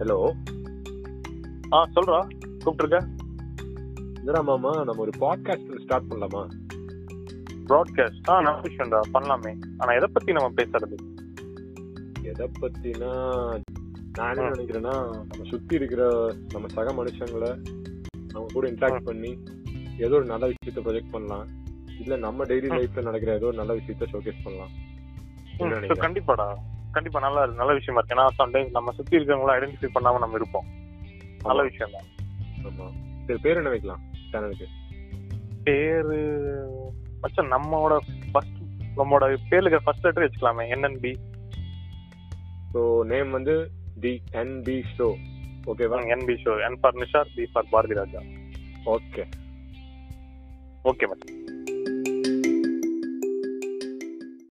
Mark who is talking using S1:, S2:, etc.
S1: Hello
S2: ஆ சொல்றா கூப்பிட்டுருக்க
S1: என்னடா மாமா நம்ம ஒரு பாட்காஸ்ட் ஸ்டார்ட் பண்ணலாமா
S2: ப்ராட்காஸ்ட் ஆ நல்ல விஷயம்டா பண்ணலாமே ஆனா எதை பத்தி நம்ம பேசுறது
S1: எதை பத்தினா நான் என்ன
S2: ம்.
S1: நினைக்கிறேன்னா நம்ம சுத்தி இருக்கிற நம்ம சக மனுஷங்களை அவங்க கூட இன்ட்ராக்ட் பண்ணி ஏதோ ஒரு நல்ல விஷயத்த ப்ரொஜெக்ட் பண்ணலாம் இல்ல நம்ம டெய்லி
S2: ம்.
S1: லைஃப்ல நடக்கிற ஏதோ ஒரு நல்ல விஷயத்த ஷோகேஸ் பண்ணலாம் என்ன
S2: ம்,
S1: நினைக்கிற?
S2: கண்டிப்பாடா கண்டிப்பா நல்லா இருக்கு நல்ல விஷயமா இருக்கு ஏன்னா சம்டைம்ஸ் நம்ம சுத்தி இருக்கவங்கள ஐடென்டிஃபை பண்ணாம நம்ம இருப்போம் நல்ல
S1: ஆமா.
S2: விஷயம் தான்
S1: ஆமா சரி பேர் என்ன வைக்கலாம் சேனலுக்கு
S2: பேரு மச்சான் நம்மளோட ஃபர்ஸ்ட் நம்மளோட பேர்ல இருக்கிற ஃபர்ஸ்ட் லெட்டர் வச்சுக்கலாமே என்என்பி
S1: ஸோ நேம் வந்து தி என் பி ஷோ ஓகேவா
S2: NB show N for Nishar B for Bharathi Raja
S1: okay
S2: okay மச்சான்